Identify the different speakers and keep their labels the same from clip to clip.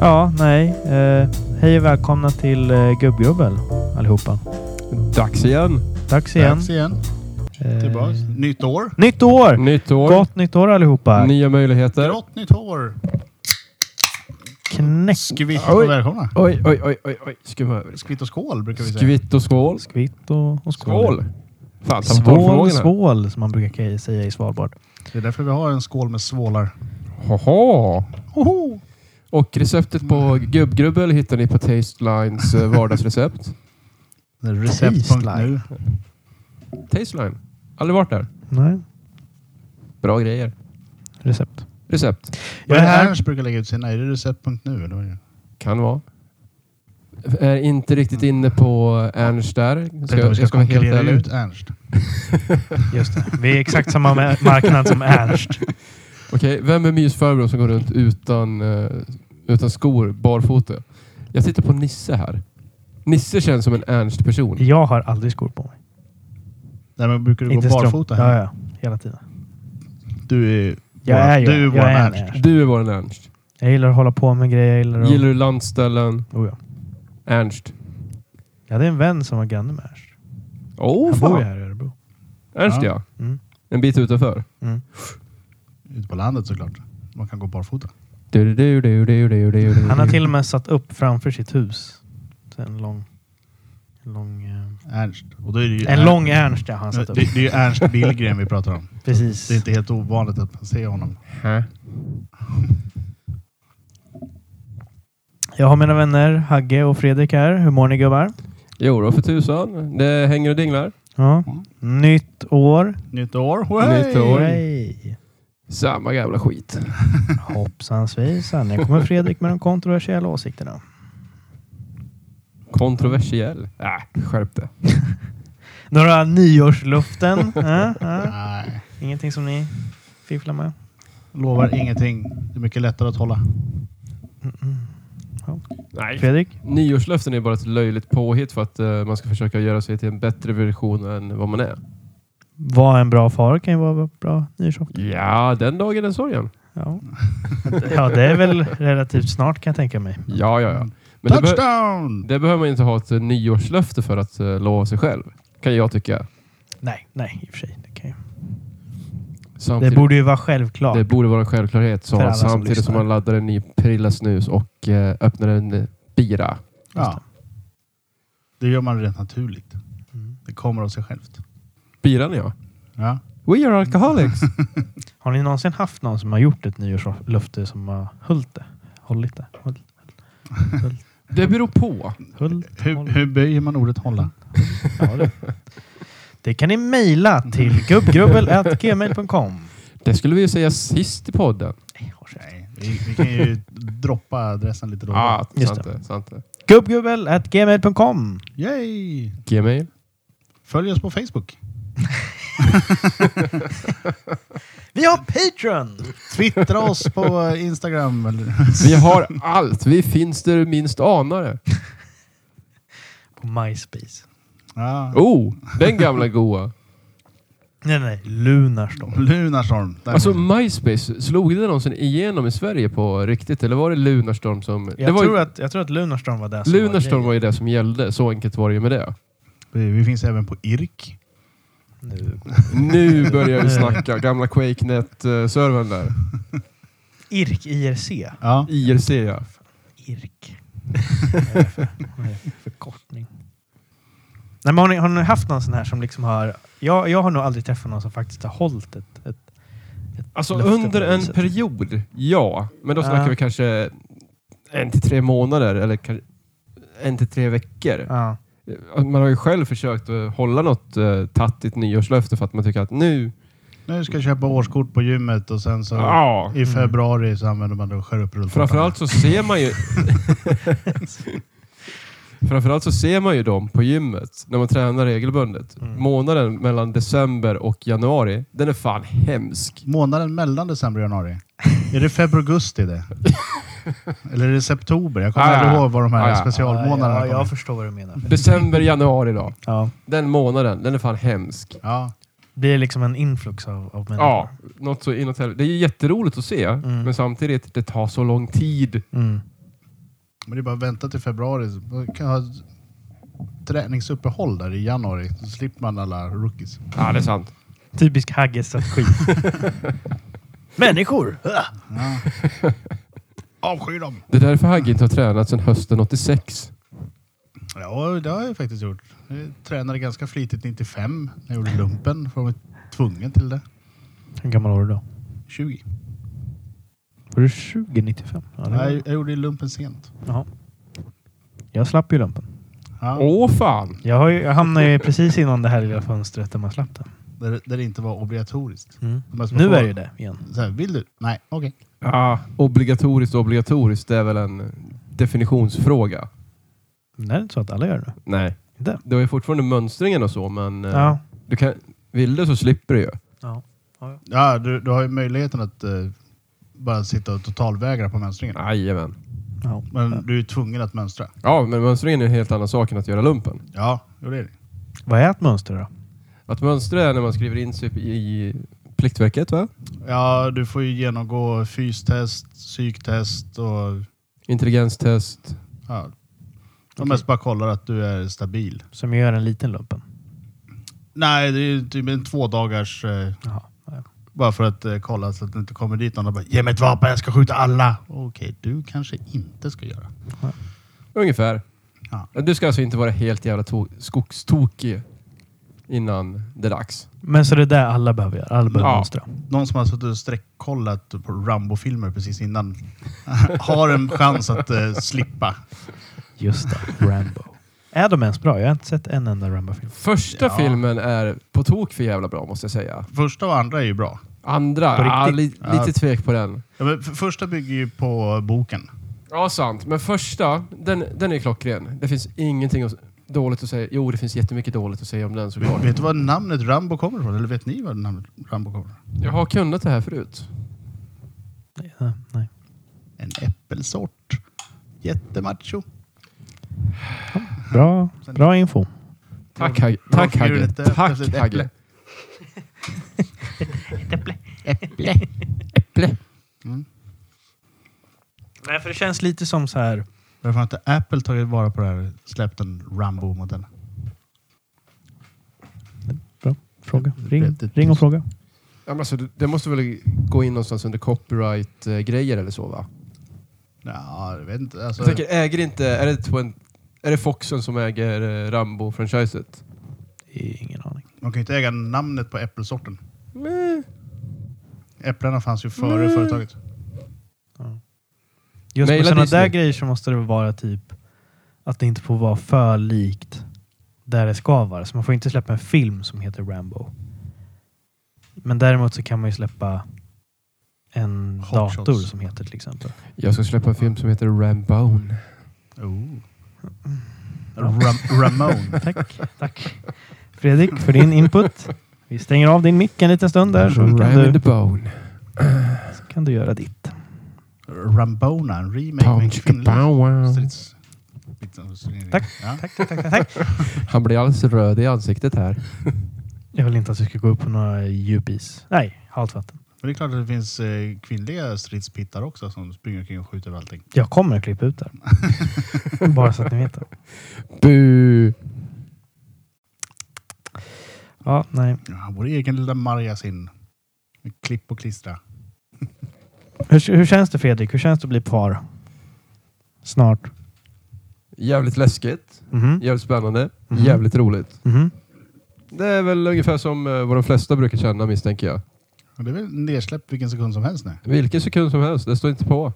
Speaker 1: Ja, nej. Eh, hej och välkomna till eh, Gubbgubbel allihopa.
Speaker 2: Dags igen.
Speaker 1: Dags igen.
Speaker 3: Dags igen.
Speaker 1: Eh,
Speaker 3: Tillbaks. Nytt år.
Speaker 1: Nytt år!
Speaker 2: Nytt år.
Speaker 1: Gott nytt år allihopa!
Speaker 2: Nya möjligheter.
Speaker 3: Grått nytt hår.
Speaker 1: Knäck!
Speaker 3: Skvitt
Speaker 2: Oj.
Speaker 3: och välkomna.
Speaker 2: Oj, oj, oj, oj, oj. Skumma över.
Speaker 3: Skvitt och skål brukar vi säga.
Speaker 2: Skvitt och skål.
Speaker 1: Skvitt och, och skål.
Speaker 2: Skål. Fan, ta bort
Speaker 1: Svål,
Speaker 2: frågorna.
Speaker 1: svål som man brukar ke- säga i Svalbard.
Speaker 3: Det är därför vi har en skål med svålar.
Speaker 2: Hoho.
Speaker 3: Hoho!
Speaker 2: Och receptet på gubbgrubbel hittar ni på Tastelines eh, vardagsrecept.
Speaker 3: Det är Recept.nu.
Speaker 2: Tasteline. Aldrig varit där.
Speaker 1: Nej,
Speaker 2: Bra grejer.
Speaker 1: recept.
Speaker 2: Recept.
Speaker 1: Jag
Speaker 3: Vad
Speaker 1: är
Speaker 3: är
Speaker 1: här.
Speaker 3: Ernst brukar lägga ut sina. Är det Recept.nu? eller vad är det?
Speaker 2: Kan vara. Är inte riktigt inne på Ernst där. Ska,
Speaker 3: Tänkte vi
Speaker 2: jag ska vara helt
Speaker 3: konkurrera
Speaker 2: ärlig.
Speaker 3: ut Ernst.
Speaker 1: Just det. Vi är exakt samma ma- marknad som Ernst.
Speaker 2: Okej, vem är mysfarbror som går runt utan, eh, utan skor, barfota? Jag tittar på Nisse här. Nisse känns som en Ernst-person.
Speaker 1: Jag har aldrig skor på mig.
Speaker 3: Nej, men brukar du gå
Speaker 1: strump-
Speaker 3: barfota? här?
Speaker 1: Ja, ja. Hela tiden.
Speaker 3: Du är,
Speaker 1: Jag är ju-
Speaker 3: du är vår
Speaker 1: jag är en
Speaker 3: Ernst.
Speaker 1: Ernst.
Speaker 2: Du är vår Ernst.
Speaker 1: Jag gillar att hålla på med grejer. Jag gillar att...
Speaker 2: Gillar du landställen?
Speaker 1: Oh, ja.
Speaker 2: Ernst.
Speaker 1: Jag hade en vän som var granne med Ernst.
Speaker 2: Åh,
Speaker 1: Han bor ju
Speaker 2: fan!
Speaker 1: här i Örebro.
Speaker 2: Ernst ja.
Speaker 3: Ja.
Speaker 1: Mm.
Speaker 2: En bit utanför.
Speaker 1: Mm.
Speaker 3: Ute på landet såklart. Man kan gå barfota.
Speaker 2: Du, du, du, du, du, du, du.
Speaker 3: Mhm.
Speaker 1: Han har till och med satt upp framför sitt hus. Så En lång... En lång, eh,
Speaker 3: Ernst. Och då är det ju
Speaker 1: en
Speaker 3: Ernst-
Speaker 1: lång Ernst ja, har han
Speaker 3: Nej,
Speaker 1: satt
Speaker 3: Det,
Speaker 1: upp.
Speaker 3: det är ju Ernst Billgren vi pratar om.
Speaker 1: Precis.
Speaker 3: Det är inte helt ovanligt att man ser honom.
Speaker 2: Hä?
Speaker 1: Jag har mina vänner Hagge och Fredrik här. Hur mår ni gubbar?
Speaker 2: Jo då för tusan. Det hänger och dinglar.
Speaker 1: Ja.
Speaker 3: Mm.
Speaker 1: Nytt år.
Speaker 3: Nytt år. Hej!
Speaker 2: Nytt år. Oj.
Speaker 1: Hej!
Speaker 2: Samma gamla skit.
Speaker 1: Hoppsan svejsan. Nu kommer Fredrik med de kontroversiella åsikterna.
Speaker 2: Kontroversiell. Äh, skärp det.
Speaker 1: Några nyårsluften? äh, äh.
Speaker 3: Nej,
Speaker 1: Ingenting som ni fifflar med?
Speaker 3: lovar ingenting. Det är mycket lättare att hålla.
Speaker 1: Mm-mm.
Speaker 2: Nej.
Speaker 1: Fredrik?
Speaker 2: Nyårslöften är bara ett löjligt påhitt för att eh, man ska försöka göra sig till en bättre version än vad man är.
Speaker 1: Var en bra far kan ju vara bra nyårsafton.
Speaker 2: Ja, den dagen den
Speaker 1: Mm.
Speaker 2: sorgen.
Speaker 1: Ja. ja, det är väl relativt snart kan jag tänka mig.
Speaker 2: Ja, ja,
Speaker 1: Mm.
Speaker 2: ja. Men det, be-
Speaker 3: Touchdown!
Speaker 2: det behöver man inte ha ett eh, nyårslöfte för att eh, lova sig själv. Kan jag tycka.
Speaker 1: Nej, nej i och för sig. Det, kan ju. det
Speaker 2: Samtidigt,
Speaker 1: borde ju vara självklart.
Speaker 2: det borde vara en självklarhet. Så
Speaker 1: För alla som
Speaker 2: samtidigt som,
Speaker 1: lyssnar.
Speaker 2: man laddar en ny prilla snus och eh, öppnar en eh, bira.
Speaker 3: Ja. Det gör man rent naturligt.
Speaker 1: Mm.
Speaker 3: Det kommer av sig självt.
Speaker 2: Biran ja.
Speaker 3: Ja.
Speaker 2: We are alcoholics.
Speaker 1: Har ni någonsin haft någon som har gjort ett nyårslöfte som har hållit det? Hållit det? Hållit,
Speaker 2: det beror på.
Speaker 1: hållit,
Speaker 3: Hur, hur böjer man ordet hålla?
Speaker 1: Ja, det. det kan ni mejla till
Speaker 2: Mm.
Speaker 1: gubbgrubbel.gmail.com.
Speaker 2: Det skulle vi ju säga sist i podden.
Speaker 3: Nej, vi, vi kan ju droppa adressen lite då. och då.
Speaker 2: Ja,
Speaker 1: Just
Speaker 2: sant det. Sant det.
Speaker 1: Gubbgrubbel.gmail.com.
Speaker 3: Yay!
Speaker 2: Gmail.
Speaker 3: Följ oss på Facebook.
Speaker 1: Vi har Patreon!
Speaker 3: Twittra oss på Instagram. Eller?
Speaker 2: Vi har allt. Vi finns där du minst anar det.
Speaker 1: På MySpace.
Speaker 3: Ja.
Speaker 2: Oh, den gamla goa.
Speaker 1: Nej, nej, Lunarstorm.
Speaker 3: Lunarstorm. Där.
Speaker 2: Alltså MySpace, slog det någonsin igenom i Sverige på riktigt? Eller var det Lunarstorm som... det
Speaker 1: Jag,
Speaker 2: var
Speaker 1: tror
Speaker 2: ju,
Speaker 1: att, jag tror att Lunarstorm var det som
Speaker 2: Lunarstorm var
Speaker 1: var
Speaker 2: ju det som gällde. Så enkelt var det ju med det.
Speaker 3: vi, vi finns även på IRK.
Speaker 1: grejen. Nu.
Speaker 2: Nu börjar vi snacka. Gamla QuakeNet-servern där.
Speaker 1: IRK, IRC.
Speaker 3: Ja.
Speaker 2: IRC ja.
Speaker 1: IRK. Vad är det för- vad är det för Förkortning. Nej, men har, ni, har ni haft någon sån här som liksom har... Jag, jag har nog aldrig träffat någon som faktiskt har hållit ett... ett
Speaker 2: Alltså
Speaker 1: Löfte på
Speaker 2: under
Speaker 1: det
Speaker 2: en
Speaker 1: viset.
Speaker 2: period, ja. Men då
Speaker 1: Ja.
Speaker 2: snackar vi kanske en till tre månader eller kan- en till tre veckor.
Speaker 1: ja.
Speaker 2: Man har ju själv försökt att hålla något eh, tattigt nyårslöfte för att man tycker att nu...
Speaker 3: Nu ska jag köpa årskort på gymmet och sen så
Speaker 2: Ja.
Speaker 3: i februari så använder man det och skär upp rulltårtan.
Speaker 2: Ah. Framförallt så ser man ju... Framförallt så ser man ju dem på gymmet när man tränar regelbundet.
Speaker 1: Mm.
Speaker 2: Månaden mellan december och januari, den är fan hemsk.
Speaker 3: Månaden mellan december och januari. Är det februari det? Eller är det september? Jag kommer
Speaker 2: Ah,
Speaker 3: aldrig
Speaker 2: ja.
Speaker 3: ihåg vad de här
Speaker 2: Ah, ja.
Speaker 3: specialmånaderna
Speaker 1: ja,
Speaker 3: kommer.
Speaker 1: jag förstår vad du menar.
Speaker 2: December, januari då.
Speaker 1: Ja.
Speaker 2: Den månaden, den är fan hemsk.
Speaker 3: Ja.
Speaker 1: Blir det liksom en influx av, av människor?
Speaker 2: Ja, något så inåt helvete. Det är ju jätteroligt att se, men samtidigt, det tar så lång tid.
Speaker 1: Mm.
Speaker 3: Men det är bara att vänta till februari. så Man kan ha träningsuppehåll där i januari. Så slipper man alla rookies.
Speaker 2: Ja, det är sant.
Speaker 1: Typisk Hagge-strategi. Människor! Ah!
Speaker 3: Ja. Avsky dem!
Speaker 2: Det är därför Hagge inte har tränat sedan hösten 86.
Speaker 3: Ja, det har jag faktiskt gjort. Jag tränade ganska flitigt 95 när jag gjorde lumpen. För jag var tvungen till det.
Speaker 1: Hur gammal var du då?
Speaker 3: 20.
Speaker 1: Var du 20 95? Ja, det var-
Speaker 3: Nej, jag gjorde ju lumpen sent.
Speaker 1: Jaha. Jag slapp ju lumpen.
Speaker 3: Ja,
Speaker 2: Åh fan!
Speaker 1: Jag, har ju, jag hamnade ju precis innan det här lilla fönstret där man slapp den.
Speaker 3: där, där det inte var obligatoriskt. De här små
Speaker 1: Mm. Nu
Speaker 3: frågorna.
Speaker 1: är det ju det igen.
Speaker 3: Så här, vill du? Nej, okej.
Speaker 2: Ja, obligatoriskt och obligatoriskt, det är väl en definitionsfråga?
Speaker 1: Men Det är inte så att alla gör det.
Speaker 2: Nej.
Speaker 1: Inte?
Speaker 2: Det var ju fortfarande mönstringen och så, men eh,
Speaker 1: Ja.
Speaker 2: du kan, vill du så slipper du ju.
Speaker 1: ja.
Speaker 3: Ja, du, du har ju möjligheten att eh, bara sitta och totalvägra på mönstringen.
Speaker 2: Jajamän.
Speaker 1: ja.
Speaker 3: Men du är tvungen att mönstra.
Speaker 2: Ja, men mönstringen är en helt annan sak än att göra lumpen.
Speaker 3: Ja, jo, det är det.
Speaker 1: Vad är ett mönster då?
Speaker 2: Att mönstra är när man skriver in sig i Pliktverket, va?
Speaker 3: Ja, du får ju genomgå fystest, psyktest och
Speaker 2: Intelligenstest.
Speaker 3: ja. De mest bara kollar att du är stabil.
Speaker 1: Som gör en liten lumpen?
Speaker 3: Nej, det är ju typ en två dagars eh,
Speaker 1: Jaha.
Speaker 3: bara för att eh, kolla så att det inte kommer dit någon och bara ge mig ett vapen, jag ska skjuta alla. Okej, du kanske inte ska göra.
Speaker 2: Ungefär.
Speaker 3: Ja.
Speaker 2: Du ska alltså inte vara helt jävla to- skogstokig innan det är dags.
Speaker 1: Men så det är det alla behöver göra? Alla behöver
Speaker 2: Ja.
Speaker 1: mönstra?
Speaker 3: Någon som har suttit och streckkollat på Rambo-filmer precis innan har en chans att eh, slippa.
Speaker 1: Just det. Rambo. är de ens bra? Jag har inte sett en enda Rambo-film.
Speaker 2: Första
Speaker 3: Ja.
Speaker 2: filmen är på tok för jävla bra, måste jag säga.
Speaker 3: Första och andra är ju bra.
Speaker 2: Andra,
Speaker 1: På
Speaker 2: ja, li-
Speaker 3: Ja.
Speaker 2: lite tvek på den.
Speaker 3: Ja, men f- första bygger ju på boken.
Speaker 2: Ja, sant. Men första, den, den är klockren. Det finns ingenting att- dåligt att säga. Jo, det finns jättemycket dåligt att säga om den såklart.
Speaker 3: Vet du var namnet Rambo kommer ifrån? Eller vet ni var namnet Rambo kommer ifrån?
Speaker 2: Jag har kunnat det här förut.
Speaker 1: Nej, nej, nej.
Speaker 3: En äppelsort. Jättemacho.
Speaker 1: Bra, bra info.
Speaker 2: Tack Hagge.
Speaker 3: Rolf
Speaker 2: Tack
Speaker 3: Bjurel
Speaker 2: Hagge.
Speaker 3: inte
Speaker 2: Tack
Speaker 3: efter ett
Speaker 2: Hagge.
Speaker 3: äpple.
Speaker 2: Äpple. Äpple.
Speaker 1: Nej, för det känns lite som så här...
Speaker 3: Varför har inte Apple tagit vara på det här släppt en Rambo-modell?
Speaker 1: Fråga. Ring,
Speaker 3: Det är
Speaker 1: ring och
Speaker 3: tyst.
Speaker 1: fråga.
Speaker 2: Ja, men alltså, det- det måste väl gå in någonstans under copyright-grejer eller så va?
Speaker 3: Ja, jag vet inte. Alltså,
Speaker 2: Jag tänker, äger inte... Är det, Twen- är det Foxen som äger eh, Rambo-franchiset?
Speaker 1: Ingen aning.
Speaker 3: Man kan ju inte äga namnet på äppelsorten.
Speaker 2: Nej.
Speaker 3: Äpplena fanns ju före företaget.
Speaker 1: Just
Speaker 2: Maila
Speaker 1: med sådana
Speaker 2: Disney.
Speaker 1: där grejer så måste det vara typ att det inte får vara för likt där det ska vara. Så man får inte släppa en film som heter Rambo. Men däremot så kan man ju släppa en
Speaker 3: Hot
Speaker 1: dator
Speaker 3: shots.
Speaker 1: som heter till exempel.
Speaker 2: Jag ska släppa en film som heter Rambone.
Speaker 3: Oh.
Speaker 1: Ja.
Speaker 3: Ram- Ramon.
Speaker 1: Tack, tack. Fredrik för din input. Vi stänger av din mick en liten stund där så kan
Speaker 2: Ram in the
Speaker 1: du,
Speaker 2: bone.
Speaker 1: så kan du göra ditt.
Speaker 3: Rambona, en remake med en
Speaker 2: Pound chicka
Speaker 3: kvinnlig
Speaker 2: pow wow.
Speaker 3: strids...
Speaker 1: Tack,
Speaker 3: Ja.
Speaker 1: Tack, tack, tack, tack.
Speaker 2: Han blir alldeles röd i ansiktet här.
Speaker 1: Jag vill inte att du ska gå upp på några djupis. Nej, halt vatten.
Speaker 3: Men det är klart att det finns eh, kvinnliga stridspittar också som springer omkring och skjuter över allting.
Speaker 1: Jag kommer att klippa ut det här. Bara så att ni vet det.
Speaker 2: Bu!
Speaker 1: Ja, nej.
Speaker 3: Ja, vår egen lilla Marja sin. Med klipp och klistra.
Speaker 1: Hur, hur känns det Fredrik? Hur känns det att bli par? Snart.
Speaker 2: Jävligt läskigt.
Speaker 1: Mhm.
Speaker 2: Jävligt spännande.
Speaker 1: Mhm.
Speaker 2: Jävligt roligt.
Speaker 1: Mhm.
Speaker 2: Det är väl ungefär som eh, vad de flesta brukar känna misstänker jag.
Speaker 3: Och det är väl nedsläppt vilken sekund som helst nu.
Speaker 2: Vilken sekund som helst, det står inte på.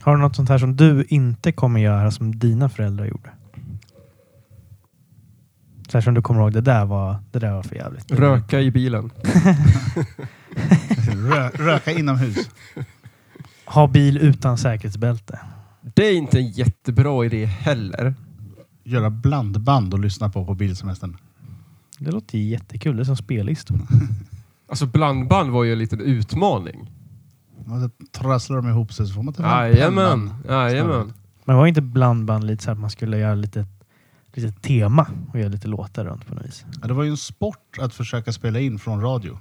Speaker 1: Har du något sånt här som du inte kommer göra som dina föräldrar gjorde? Så här som du kommer ihåg, det där var, det där var för jävligt.
Speaker 2: Röka i bilen.
Speaker 3: Rö, röka inomhus.
Speaker 1: Ha bil utan säkerhetsbälte.
Speaker 2: Det är inte en jättebra idé heller.
Speaker 3: Göra blandband och lyssna på på bilsemestern.
Speaker 1: Det låter ju jättekul. Det är som spellistor.
Speaker 2: Alltså blandband var ju en liten utmaning.
Speaker 3: Man trasslar de ihop sig så får man ta fram
Speaker 2: Jajamän.
Speaker 3: pennan.
Speaker 2: Jajamän.
Speaker 1: Men var inte blandband lite så att man skulle göra lite, lite tema och göra lite låtar runt på något vis?
Speaker 3: Ja, det var ju en sport att försöka spela in från radio.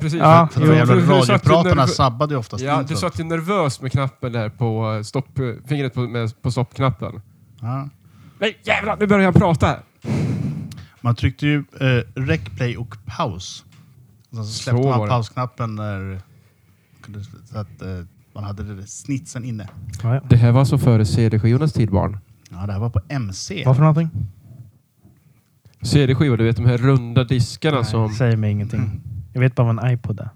Speaker 2: Precis.
Speaker 1: Ja,
Speaker 3: För de jävla
Speaker 2: Jo, för du satt ju
Speaker 3: radiopratarna
Speaker 2: nervö-
Speaker 3: sabbade ju oftast
Speaker 2: Ja, du
Speaker 3: introt.
Speaker 2: satt ju nervös med knappen där på eh, stopp, eh, fingret på, med, på stoppknappen.
Speaker 3: ja.
Speaker 2: Nej jävlar, nu börjar han prata!
Speaker 3: Man tryckte ju eh, rec, play och paus. Och sen så släppte
Speaker 2: Så var
Speaker 3: man
Speaker 2: det.
Speaker 3: pausknappen när... kunde- Så att eh, man hade det där snitsen inne.
Speaker 1: Ja, ja.
Speaker 2: Det här var så före CD-skivornas tid barn.
Speaker 3: Ja, det här var på MC.
Speaker 1: Vad för någonting?
Speaker 2: CD-skivor, du vet de här runda diskarna som...
Speaker 1: Säger mig ingenting. Jag vet bara vad en iPod är.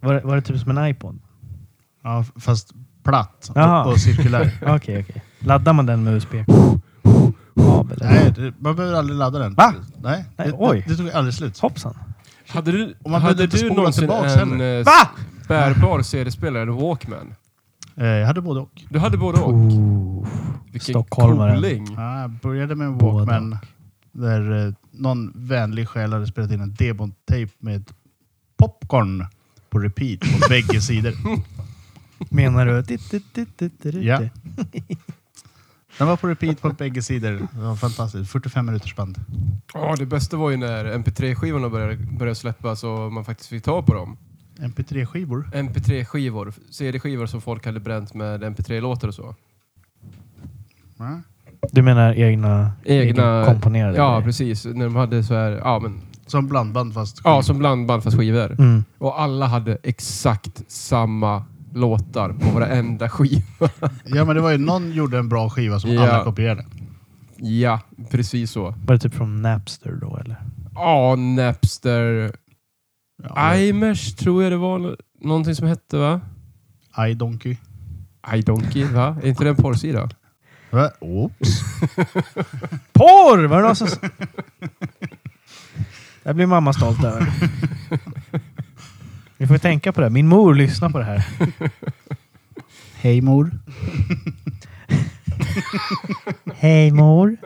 Speaker 1: Var, det- var det typ som en iPod?
Speaker 3: Ja, f- fast platt
Speaker 1: Jaha.
Speaker 3: och, och cirkulär.
Speaker 1: Okej, okej. Laddar man den med USB-kabel?
Speaker 3: Nej, det, man behöver aldrig ladda den.
Speaker 1: Va?
Speaker 3: Nej,
Speaker 1: Nej,
Speaker 3: det,
Speaker 1: oj.
Speaker 3: Det, det tog aldrig slut.
Speaker 1: Hoppsan.
Speaker 2: Hade du,
Speaker 3: Och man behövde
Speaker 2: hade
Speaker 3: inte
Speaker 2: du
Speaker 3: spola
Speaker 2: någonsin
Speaker 3: tillbaks
Speaker 2: en
Speaker 3: heller.
Speaker 2: eh,
Speaker 1: Va?
Speaker 2: bärbar CD-spelare, en Walkman?
Speaker 3: Eh, jag hade både och.
Speaker 2: Du hade både och.
Speaker 1: Oh.
Speaker 2: Vilken
Speaker 1: Stockholmare.
Speaker 2: cooling.
Speaker 3: Ja, jag började med en
Speaker 1: Både
Speaker 3: Walkman där eh, någon vänlig själ hade spelat in en demontejp med popcorn på repeat på bägge sidor.
Speaker 1: Menar du? Dit, dit, dit, dit, dit, dit.
Speaker 3: Ja. Den var på repeat på bägge sidor. Det var fantastiskt. 45 minuters band.
Speaker 2: Ja, det bästa var ju när MP3-skivorna började, började släppas och man faktiskt fick ta på dem.
Speaker 3: MP3-skivor.
Speaker 2: MP3-skivor, CD-skivor som folk hade bränt med MP3-låtar och så.
Speaker 3: Ja.
Speaker 1: Du menar egna,
Speaker 2: Egna-
Speaker 1: komponerade?
Speaker 2: Ja, precis. När de hade så här, ja men,
Speaker 3: Som blandband fast
Speaker 2: ja som blandband fast skivor.
Speaker 1: Mm.
Speaker 2: Och alla hade exakt samma låtar på varenda skiva.
Speaker 3: Ja, men det var ju någon gjorde en bra skiva som
Speaker 2: Ja.
Speaker 3: alla kopierade.
Speaker 2: ja, precis så.
Speaker 1: Var det typ från Napster då eller?
Speaker 2: Ja, Napster.
Speaker 3: Ja,
Speaker 2: Imesh tror jag det var någonting som hette va?
Speaker 3: I Donkey.
Speaker 2: iDonkey va? Är inte det en porrsida?
Speaker 3: Va? Oops.
Speaker 1: Porr! Var det någon som... s- Där blir mamma stolt över. Vi får tänka på det. här. Min mor lyssnar på det här.
Speaker 3: Hej mor.
Speaker 1: Hej mor.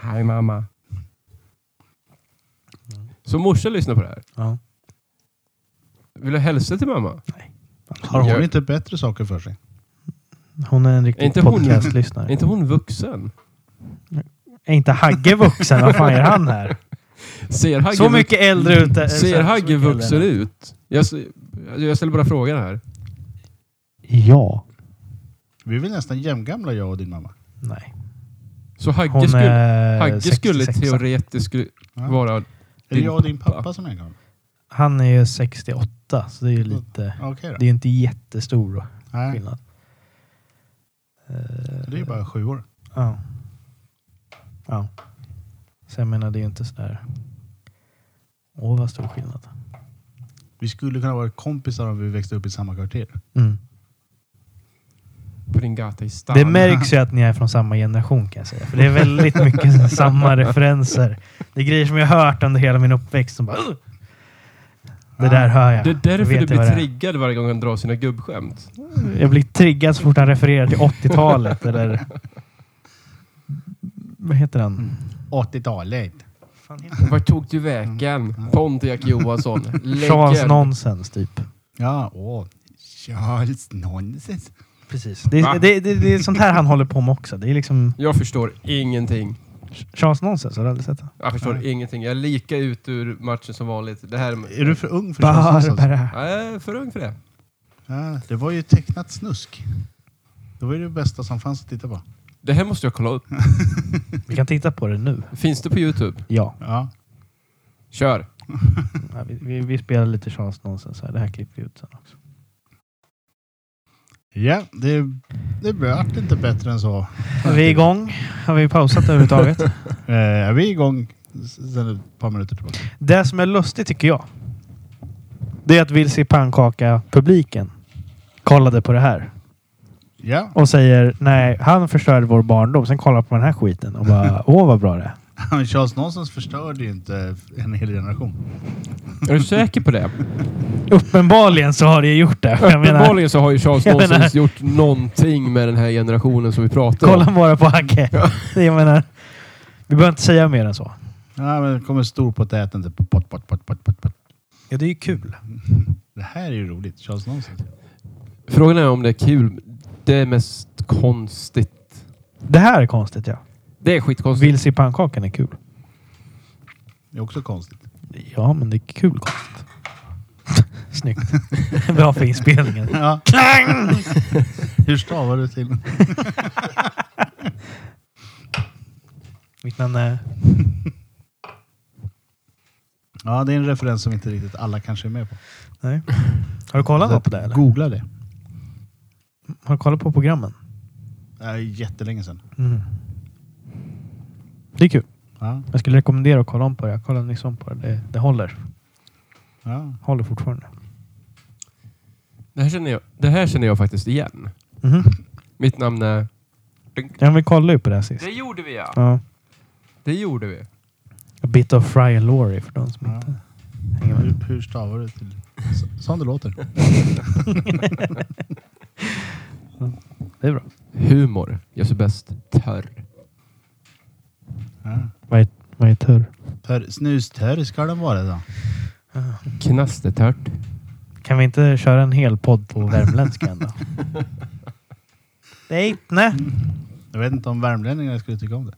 Speaker 2: Hej mamma. Så morsan lyssnar på det här.
Speaker 1: Ja.
Speaker 2: Vill du hälsa till mamma?
Speaker 3: Har hon
Speaker 2: Gör-
Speaker 3: inte bättre saker för sig?
Speaker 1: Hon är en riktig
Speaker 2: Är inte hon- Är
Speaker 1: podcastlyssnare.
Speaker 2: inte hon vuxen?
Speaker 1: Är inte Hagge vuxen? Vad fan gör han här?
Speaker 2: Ser Hagge,
Speaker 1: Så mycket äldre ut.
Speaker 3: Mm.
Speaker 1: äh, så- så
Speaker 2: ser Hagge
Speaker 1: mycket äldre
Speaker 2: vuxen
Speaker 1: än-
Speaker 2: ut? Jag, s- jag ställer bara frågan här.
Speaker 1: Ja.
Speaker 3: Vi är väl nästan jämngamla jag och din mamma.
Speaker 1: Nej.
Speaker 2: Så Hagge
Speaker 1: Hon
Speaker 2: skulle,
Speaker 1: är eh,
Speaker 2: Hagge skulle
Speaker 1: 66.
Speaker 2: teoretiskt sku-
Speaker 3: Ja.
Speaker 2: vara...
Speaker 3: Är det
Speaker 2: Din
Speaker 3: jag och din
Speaker 2: pappa.
Speaker 3: pappa som är gamla?
Speaker 1: Han är ju 68, så det är ju lite...
Speaker 3: Ja, Okej
Speaker 1: Det är ju inte jättestor
Speaker 3: då. Nej,
Speaker 1: skillnad.
Speaker 3: det är ju bara sju år.
Speaker 1: Eh, Ja. Ja. Så jag menar, det är ju inte sådär... Åh, vad stor skillnad.
Speaker 3: Vi skulle kunna vara kompisar om vi växte upp i samma kvarter.
Speaker 1: Mm.
Speaker 2: På din gata i stan.
Speaker 1: Det märks ju att ni är från samma generation kan jag säga. För det är väldigt mycket samma referenser. Det är grejer som jag har hört under hela min uppväxt som bara... "Ugh!" Det där hör jag.
Speaker 2: Det är därför
Speaker 1: Vet
Speaker 2: du
Speaker 1: jag
Speaker 2: blir
Speaker 1: vad det är.
Speaker 2: triggad varje gång han drar sina gubbskämt.
Speaker 1: Jag blir triggad så fort han refererar till 80-talet eller... Vad heter han?
Speaker 3: 80-talet.
Speaker 2: Vart tog du
Speaker 1: Mm.
Speaker 2: vägen? Pontiac Johansson.
Speaker 1: Charles
Speaker 2: Legend.
Speaker 1: Nonsens typ.
Speaker 3: Ja, åh. Charles Nonsens.
Speaker 1: Precis. Det,
Speaker 2: Va?
Speaker 1: är- det, det, det är sånt här han håller på med också. Det är liksom
Speaker 2: Jag förstår ingenting.
Speaker 1: Charles Nonsens. Har du aldrig sett det?
Speaker 2: Jag förstår ingenting. Jag är lika ut ur matchen som vanligt. Det här
Speaker 3: Är du för ung för Charles Nonsens?
Speaker 1: Barbara.
Speaker 2: Jag är för ung för det.
Speaker 3: Ja, det var ju tecknat snusk. Det var ju det bästa som fanns att titta på.
Speaker 2: Det här måste jag kolla upp.
Speaker 1: Vi kan titta på det nu.
Speaker 2: Finns det på Youtube?
Speaker 1: Ja.
Speaker 3: Ja.
Speaker 2: Kör!
Speaker 1: Ja, vi, vi, vi spelar lite Charles Nonsens här. Det här klipper vi ut sen också.
Speaker 3: Ja, det, det vart inte bättre än så.
Speaker 1: Är vi igång? Har vi pausat överhuvudtaget?
Speaker 3: Eh, är vi igång s- sen ett par minuter tillbaka?
Speaker 1: det som är lustigt tycker jag. Det är att Vilse Pannkaka-publiken kollade på det här
Speaker 3: Ja,
Speaker 1: och säger nej, han förstörde vår barndom. Sen kollar på den här skiten och bara åh vad bra det är.
Speaker 3: Charles Nonsens förstörde ju inte en hel generation.
Speaker 2: Är du säker på det?
Speaker 1: Uppenbarligen så har det gjort det. Jag menar,
Speaker 2: Uppenbarligen så har ju Charles
Speaker 1: Jag menar-
Speaker 2: Nonsens gjort någonting med den här generationen som vi pratar
Speaker 1: kolla
Speaker 2: om.
Speaker 1: bara på Hagge. Jag menar, vi behöver inte säga mer än så.
Speaker 3: Ja, men det kommer storpotäten. så Pot, pot, pot, pot, pot, pot.
Speaker 1: Ja, det är ju kul.
Speaker 3: Det här är ju roligt. Charles Nonsens.
Speaker 2: Frågan är om det är kul. Det är mest konstigt.
Speaker 1: Det här är konstigt ja.
Speaker 2: Det är skitkonstigt.
Speaker 1: Vilse Pannkakan är kul.
Speaker 3: Det är också konstigt.
Speaker 1: Ja, men det är kul konstigt. Snyggt. Bra för inspelningen.
Speaker 3: Ja.
Speaker 1: Klang!
Speaker 3: Hur stavar du till?
Speaker 1: Mitt namn är...
Speaker 3: Ja, det är en referens som inte riktigt alla kanske är med på.
Speaker 1: Nej. Har du kollat
Speaker 3: Så
Speaker 1: på det? Eller?
Speaker 3: Googla det.
Speaker 1: Har du kollat på programmen?
Speaker 3: Det är jättelänge sedan.
Speaker 1: Mm. Det är kul.
Speaker 3: Ja,
Speaker 1: Jag skulle rekommendera att kolla om på det. Jag kollade nyss om på det. Det, det håller.
Speaker 3: ja.
Speaker 1: håller fortfarande.
Speaker 2: Det här, känner jag, det här känner jag faktiskt igen.
Speaker 1: Mhm.
Speaker 2: Mitt namn är...
Speaker 1: Ja, vi kollade ju på det här sist.
Speaker 2: Det gjorde vi ja!
Speaker 1: Ja.
Speaker 2: Det gjorde vi.
Speaker 1: A bit of Fry and Laurie för de som
Speaker 3: Ja.
Speaker 1: inte hänger med.
Speaker 3: Hur, hur stavar du till? Så- Som det låter.
Speaker 1: Det är bra.
Speaker 2: Humor gör sig bäst törr.
Speaker 3: Ja.
Speaker 1: Vad är tur?
Speaker 3: Tör, snustörr ska den vara då.
Speaker 2: Knastertört.
Speaker 1: Kan vi inte köra en hel podd på värmländska ändå? Nej, nej.
Speaker 3: Jag vet inte om värmlänningarna skulle tycka om det.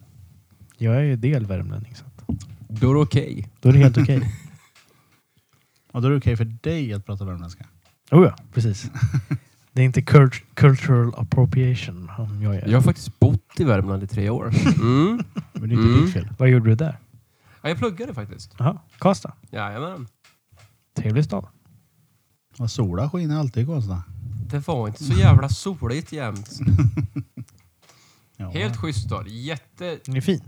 Speaker 1: Jag är ju del värmlänning så att
Speaker 2: Då är det okej.
Speaker 1: då är det helt okej.
Speaker 3: Och då är det okej för dig att prata värmländska.
Speaker 1: Oh ja, precis. Det är inte cult- cultural appropriation om jag gör.
Speaker 2: Jag har faktiskt bott i Värmland i tre år. Mm.
Speaker 3: Men det är inte
Speaker 2: Mm.
Speaker 3: ditt fel.
Speaker 1: Vad gjorde du där?
Speaker 2: Ja, jag pluggade faktiskt.
Speaker 1: Jaha, Karlstad.
Speaker 2: Jajamän.
Speaker 1: Trevlig stad.
Speaker 3: Och sola skiner alltid i Karlstad.
Speaker 2: Det var inte så jävla soligt jämt.
Speaker 3: Ja.
Speaker 2: Helt schysst stad. Jätte...
Speaker 1: Den är fin.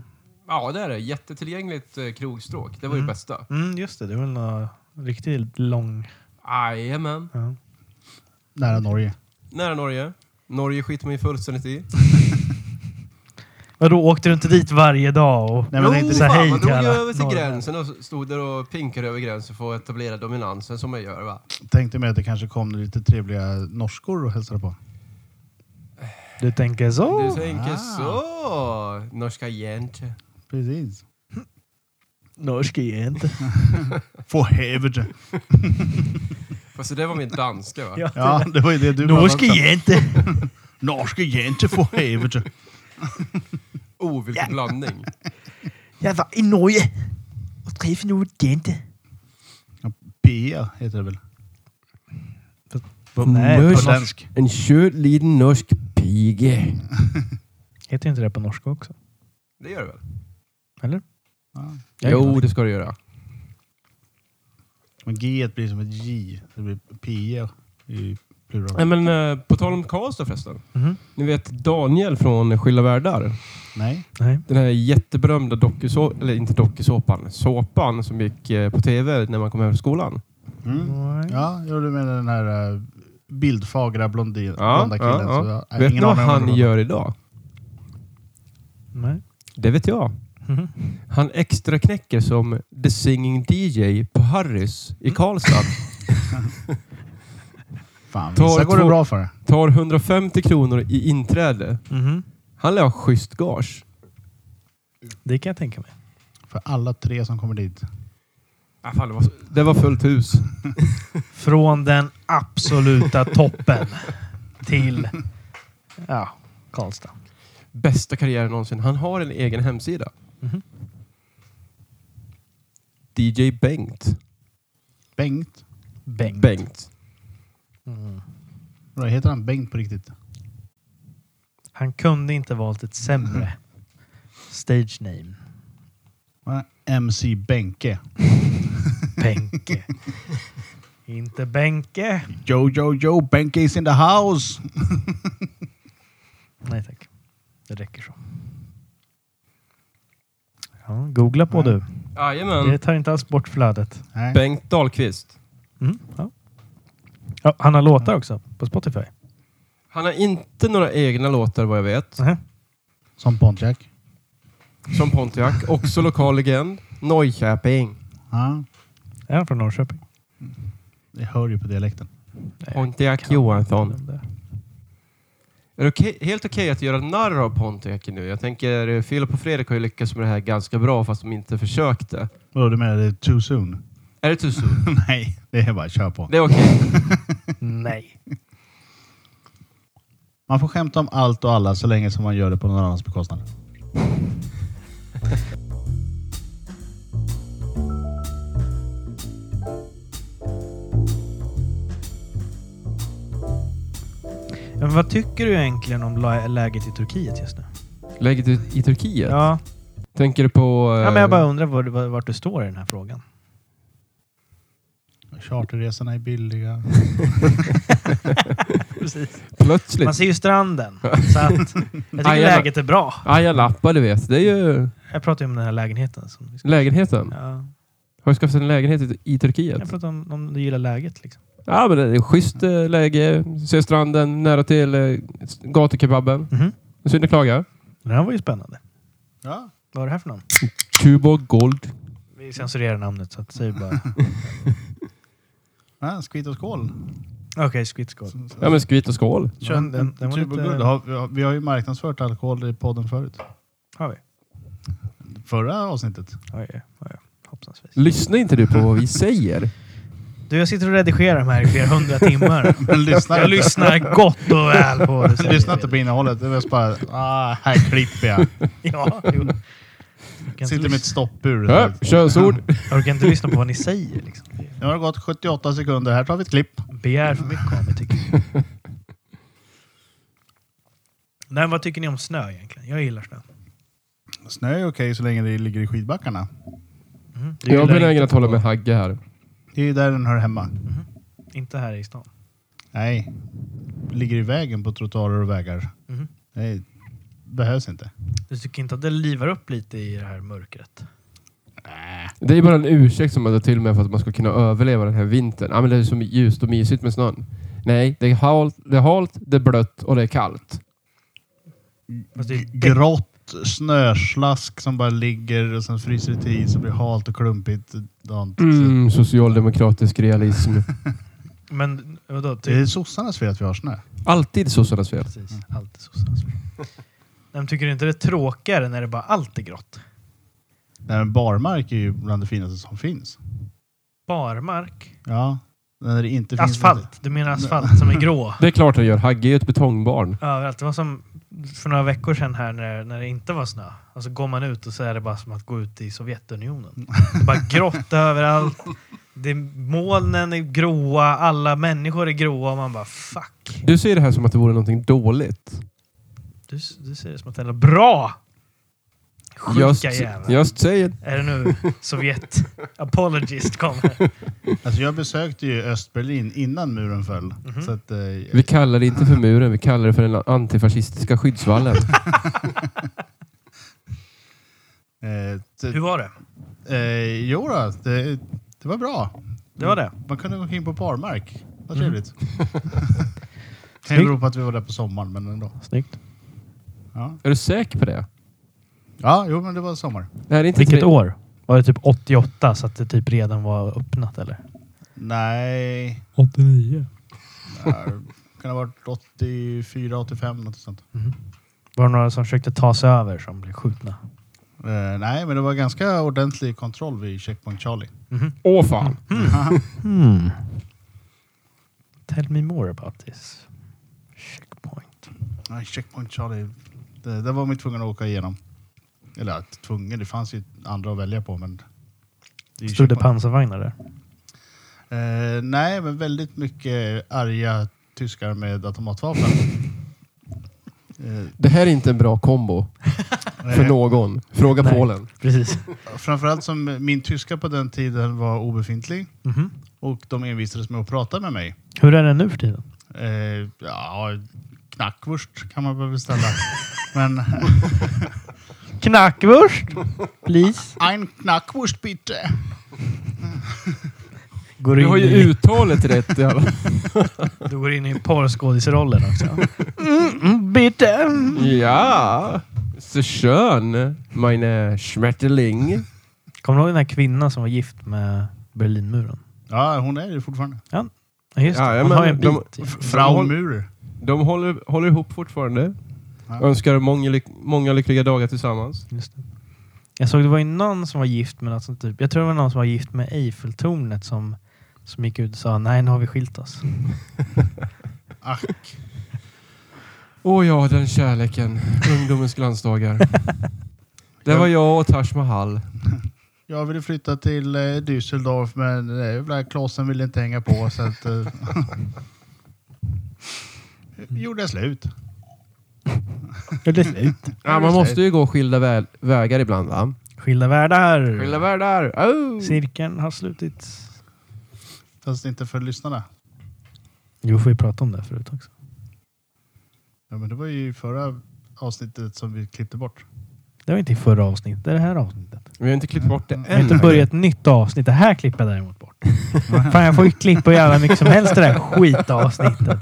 Speaker 2: Ja, det är det. Jättetillgängligt eh, krogstråk. Det var
Speaker 1: Mm.
Speaker 2: det bästa.
Speaker 1: Mm, just det, det var en riktigt lång...
Speaker 2: Jajamän.
Speaker 1: Ja.
Speaker 3: Nära Norge.
Speaker 2: Nära Norge. Norge skiter man ju fullständigt i.
Speaker 1: Vadå, åkte du inte dit varje dag och
Speaker 3: Nej, men det är inte
Speaker 1: sa hej
Speaker 2: man
Speaker 1: till
Speaker 2: drog ju
Speaker 1: alla?
Speaker 2: över till
Speaker 1: norra?
Speaker 2: gränsen och stod där och pinkade över gränsen för att etablera dominansen som man gör va.
Speaker 3: Tänkte mig att det kanske kom lite trevliga norskor och hälsade på.
Speaker 1: Du tänker så?
Speaker 2: Du tänker
Speaker 3: ah.
Speaker 2: så! Norska jente.
Speaker 3: Precis.
Speaker 1: Norsk är inte.
Speaker 3: Få helvete.
Speaker 2: Fast det där var min danska va?
Speaker 1: Ja.
Speaker 3: Ja, det var ju det du
Speaker 1: Norsk
Speaker 3: blandade
Speaker 1: är inte.
Speaker 3: upp. Norske jente, få helvete.
Speaker 2: Oh, vilken blandning.
Speaker 1: Jag var i Norge och träffade någon gente.
Speaker 3: Pia heter det väl?
Speaker 1: Nej,
Speaker 3: På
Speaker 1: Norsk.
Speaker 3: svensk.
Speaker 2: En söt liten norsk pige.
Speaker 1: Heter inte det på norska också?
Speaker 2: Det gör det väl?
Speaker 1: Eller?
Speaker 3: Ja.
Speaker 1: Jag är
Speaker 2: Jo,
Speaker 1: glad.
Speaker 2: det ska du göra.
Speaker 3: Men G blir som ett J. Det blir Pia i plural.
Speaker 2: Nej, men eh, på tal om Karlstad förresten.
Speaker 1: Mhm.
Speaker 2: Ni vet Daniel från Skilda Världar?
Speaker 3: Nej.
Speaker 1: Nej.
Speaker 2: Den här jätteberömda dokusåpan, eller inte dokusåpan, såpan som gick eh, på tv när man kom hem från skolan.
Speaker 3: Mm.
Speaker 1: Nej.
Speaker 3: Ja, jo, du menar den här eh, bildfagra blondi-
Speaker 2: Ja,
Speaker 3: blonda killen.
Speaker 2: ja, ja.
Speaker 3: Så jag, jag har
Speaker 2: vet ni
Speaker 3: ingen
Speaker 2: vad
Speaker 3: aning om
Speaker 2: han
Speaker 3: det var.
Speaker 2: gör idag?
Speaker 1: Nej.
Speaker 2: Det vet jag.
Speaker 1: Mhm.
Speaker 2: Han extra knäcker som The Singing DJ på Harrys i Karlstad.
Speaker 3: Fan,
Speaker 2: Tar
Speaker 3: vissa går det
Speaker 2: två-
Speaker 3: bra för.
Speaker 2: Tar 150 kronor i inträde.
Speaker 1: Mhm.
Speaker 2: Han lär ha schysst gage.
Speaker 1: Det kan jag tänka mig.
Speaker 3: För alla tre som kommer dit.
Speaker 2: Ah, fan, det, var, det var fullt hus.
Speaker 1: Från den absoluta toppen till ja, Karlstad.
Speaker 2: Bästa karriären någonsin. Han har en egen hemsida.
Speaker 1: Mhm.
Speaker 2: DJ Bengt.
Speaker 3: Bengt.
Speaker 1: Bengt.
Speaker 2: Bengt.
Speaker 1: Mm.
Speaker 3: Vad Heter han Bengt på riktigt?
Speaker 1: Han kunde inte valt ett sämre stage name.
Speaker 3: Vad är han? MC Benke.
Speaker 1: Benke. inte Benke.
Speaker 3: Joe, Joe, Joe, Benke is in the house!
Speaker 1: Nej tack. Det räcker så. Ja, googla på
Speaker 3: Ja.
Speaker 1: du. Det
Speaker 2: Jajamän.
Speaker 1: tar inte alls bort flödet.
Speaker 3: Nej.
Speaker 2: Bengt Dahlqvist.
Speaker 1: Mm, ja. Ja, han har låtar också på Spotify.
Speaker 2: Han har inte några egna låtar vad jag vet.
Speaker 1: Nähä.
Speaker 3: Som Pontiac.
Speaker 2: Som Pontiac. Också lokal legend. Norrköping.
Speaker 3: Ja,
Speaker 1: Är han från Norrköping?
Speaker 3: jag hör ju på dialekten.
Speaker 1: Nej,
Speaker 2: Pontiac
Speaker 1: kan
Speaker 2: Johansson.
Speaker 1: den där.
Speaker 2: Är det okej- helt okej att göra narr av Pontiac nu? Jag tänker eh, Filip och Fredrik har ju lyckats med det här ganska bra fast de inte försökte.
Speaker 3: Vadå, du menar det är too soon?
Speaker 2: Är det too soon?
Speaker 3: Nej, det är bara kör på.
Speaker 2: Det är okej.
Speaker 1: Nej.
Speaker 3: Man får skämta om allt och alla så länge som man gör det på någon annans bekostnad.
Speaker 1: Men vad tycker du egentligen om la- läget i Turkiet just nu?
Speaker 2: Läget i, i Turkiet?
Speaker 1: Ja,
Speaker 2: Tänker du på... eh,
Speaker 1: ja men jag bara undrar var, var, vart du står i den här frågan.
Speaker 3: Charterresorna är billiga.
Speaker 1: Precis.
Speaker 2: eh, Plötsligt.
Speaker 1: Man ser ju stranden. Så att jag tycker
Speaker 2: Aj, jävlar.
Speaker 1: läget är bra.
Speaker 2: Aja lappa, du vet. Det är ju
Speaker 1: Jag pratar ju om den här lägenheten. Som vi ska,
Speaker 2: lägenheten.
Speaker 1: ja,
Speaker 2: Har du skaffat en lägenhet i, i Turkiet?
Speaker 1: jag pratar om, om du gillar läget. Liksom.
Speaker 2: Ja, men det är schysst eh, läge. Ser stranden nära till eh, s- gatukebaben.
Speaker 1: Mhm.
Speaker 2: Synd att klaga.
Speaker 1: Den här var ju spännande.
Speaker 3: Ja.
Speaker 1: Vad var det här för någon?
Speaker 2: Tuborg Gold.
Speaker 1: Vi censurerar namnet så att säg bara...
Speaker 3: Ja, skvit och skål.
Speaker 1: Okej, okay, skitskål.
Speaker 2: Ja, men skvitt och skål.
Speaker 3: Kör en, typ, eh,
Speaker 1: Den- den var
Speaker 3: Tuborg
Speaker 1: lite-
Speaker 3: Guld. Har- vi har- Vi har ju marknadsfört alkohol i podden förut.
Speaker 1: Har vi?
Speaker 3: Förra avsnittet.
Speaker 1: Oj, oj, oj. Hoppsansvis.
Speaker 2: Lyssnar inte du på vad vi säger?
Speaker 1: Du, jag sitter och redigerar de här i flera hundra timmar.
Speaker 3: Men lyssna
Speaker 1: Jag
Speaker 3: inte.
Speaker 1: lyssnar gott och väl på vad du säger.
Speaker 3: Lyssna inte på innehållet. Det är mest bara, ah, här klipper jag.
Speaker 1: Ja, jo. Jag kan,
Speaker 3: Sitter
Speaker 1: inte
Speaker 3: med ett
Speaker 1: lyssna,
Speaker 3: stoppur.
Speaker 2: Ja, könsord.
Speaker 1: jag orkar inte lyssna på vad ni säger. Liksom. Det
Speaker 3: Nu har det gått 78 sekunder. Här tar vi ett klipp.
Speaker 1: Begär för mycket av mig, tycker jag. Nej, men vad tycker ni om snö egentligen? Jag gillar snö.
Speaker 3: Snö är okej så länge det ligger i skidbackarna.
Speaker 1: Mm. Du
Speaker 2: Jag är
Speaker 1: gillar
Speaker 2: benägen
Speaker 1: inte
Speaker 2: att hålla
Speaker 1: på-
Speaker 2: med Hagge här.
Speaker 3: Det är ju där den hör hemma.
Speaker 1: Mhm. Inte här i stan.
Speaker 3: Nej. Ligger i vägen på trottoarer och vägar.
Speaker 1: Mhm.
Speaker 3: Nej. Behövs inte.
Speaker 1: Du tycker inte att det livar upp lite i det här mörkret?
Speaker 2: Det är bara en ursäkt som man tar till med för att man ska kunna överleva den här vintern. Ja, men det är så ljust och mysigt med snön. Nej, det är halt, det är, halt, det är blött och det är kallt.
Speaker 1: Fast det är
Speaker 3: G- Grått snöslask som bara ligger och sen fryser det till is och blir halt och klumpigt. dant.
Speaker 2: Mm, socialdemokratisk realism.
Speaker 1: Men vadå? Typ,
Speaker 3: Det är sossarnas fel att vi har snö.
Speaker 2: Alltid sossarnas fel.
Speaker 1: Precis,
Speaker 3: Mm.
Speaker 1: allt är sossarnas fel. Men tycker du inte det är tråkigare när det bara allt är grått?
Speaker 3: Nej, men barmark är ju bland det finaste som finns.
Speaker 1: Barmark?
Speaker 3: Ja. När det inte finns
Speaker 1: Asfalt? Du menar asfalt som är grå?
Speaker 2: Det är klart det gör. Hagge är ju ett betongbarn.
Speaker 1: Överallt. Det var som för några veckor sedan här när, när det inte var snö. Och så går man ut och så är det bara som att gå ut i Sovjetunionen. Det är bara grått överallt. Det är, molnen är gråa, alla människor är gråa och man bara fuck.
Speaker 2: Du ser det här som att det vore någonting dåligt.
Speaker 1: Du, du ser det som att det är bra! Sjuka jävel.
Speaker 2: just säger.
Speaker 1: Är det nu Sovjet apologist kommer?
Speaker 3: Alltså jag besökte ju Östberlin innan muren föll.
Speaker 1: Mhm.
Speaker 3: Så att, eh,
Speaker 2: Vi kallar det inte för muren, vi kallar det för den antifascistiska skyddsvallen.
Speaker 3: eh,
Speaker 1: Hur
Speaker 3: t-
Speaker 1: var det?
Speaker 3: eh, jo då, det, det var bra.
Speaker 1: Det var det?
Speaker 3: Man kunde gå in på barmark. Vad
Speaker 1: Mm.
Speaker 3: trevligt. Det beror på att vi var där på sommaren, men ändå.
Speaker 1: Snyggt.
Speaker 3: Ja,
Speaker 2: Är du säker på det?
Speaker 3: ja jo men det var sommar.
Speaker 2: Det här är inte
Speaker 1: Vilket
Speaker 2: tre-
Speaker 1: år? Var det typ 88 så att det typ redan var öppnat eller?
Speaker 3: Nej,
Speaker 1: 89.
Speaker 3: nej. det kan ha varit 84, 85 något sånt.
Speaker 1: Var det några som försökte ta sig över som blev skjutna?
Speaker 3: Eh, nej, men det var ganska ordentlig kontroll vid Checkpoint Charlie.
Speaker 2: Åh fan!
Speaker 1: Hmm. Tell me more about this. Checkpoint.
Speaker 3: Nej, Checkpoint Charlie. Det, det var man ju tvungen att åka igenom. Eller ja, tvungen, det fanns ju andra att välja på. Men det är ju
Speaker 1: Stod det
Speaker 3: Checkpoint.
Speaker 1: pansarvagnar där?
Speaker 3: Eh, nej, men väldigt mycket arga tyskar med automatvaplar. Eh,
Speaker 2: Det här är inte en bra kombo för
Speaker 3: eh,
Speaker 2: någon. Fråga
Speaker 1: Nej.
Speaker 2: Polen.
Speaker 1: Precis.
Speaker 3: Framförallt som min tyska på den tiden var obefintlig
Speaker 1: Mhm.
Speaker 3: och de envisades med att prata med mig.
Speaker 1: Hur är det nu för tiden?
Speaker 3: Eh, ja, knackwurst kan man väl beställa. Men
Speaker 1: Knackwurst! Please.
Speaker 3: ein knackwurst bitte.
Speaker 1: Går
Speaker 2: Du har ju
Speaker 1: in i-
Speaker 2: uttalet rätt i alla
Speaker 1: Du går in i porrskådisrollen också. Mm, mm, bitte!
Speaker 2: Ja! Så schön, meine Schmetterling.
Speaker 1: Kommer du ihåg den här kvinnan som var gift med Berlinmuren?
Speaker 3: Ja, hon är det fortfarande.
Speaker 1: Ja, just det.
Speaker 2: Ja, ja,
Speaker 1: Hon
Speaker 2: men
Speaker 1: har ju en
Speaker 2: de-
Speaker 1: bit. i.
Speaker 3: Frau Müller.
Speaker 2: De håller, håller ihop fortfarande.
Speaker 3: Ja.
Speaker 2: Önskar många, lyck, många lyckliga dagar tillsammans.
Speaker 1: Just det. Jag såg det var ju någon som var gift med något sånt typ. Jag tror det var någon som var gift med Eiffeltornet som, som gick ut och sa nej, nu har vi skilt oss.
Speaker 3: Ack.
Speaker 2: Åh ja, den kärleken. Ungdomens glansdagar. Det var jag och Taj Mahal.
Speaker 3: Jag ville flytta till eh, Düsseldorf men eh, jävla Klasen ville inte hänga på. Så att, eh, gjorde jag slut.
Speaker 1: Ja, det är slut.
Speaker 2: Ja, man måste ju gå skilda vä- vägar ibland va?
Speaker 1: Skilda världar.
Speaker 2: Skilda världar! Oh.
Speaker 1: Cirkeln har slutits.
Speaker 3: Fast inte för lyssnarna.
Speaker 1: Jo, får vi prata om det förut också.
Speaker 3: Ja, men det var ju i förra avsnittet som vi klippte bort.
Speaker 1: Det var inte i förra avsnittet. Det är det här avsnittet.
Speaker 2: Vi har inte klippt bort det
Speaker 1: Jag har
Speaker 2: än.
Speaker 1: inte börjat ett nytt avsnitt. Det här klipper jag däremot bort. Fan, jag får ju klippa hur jävla mycket som helst i det här skitavsnittet.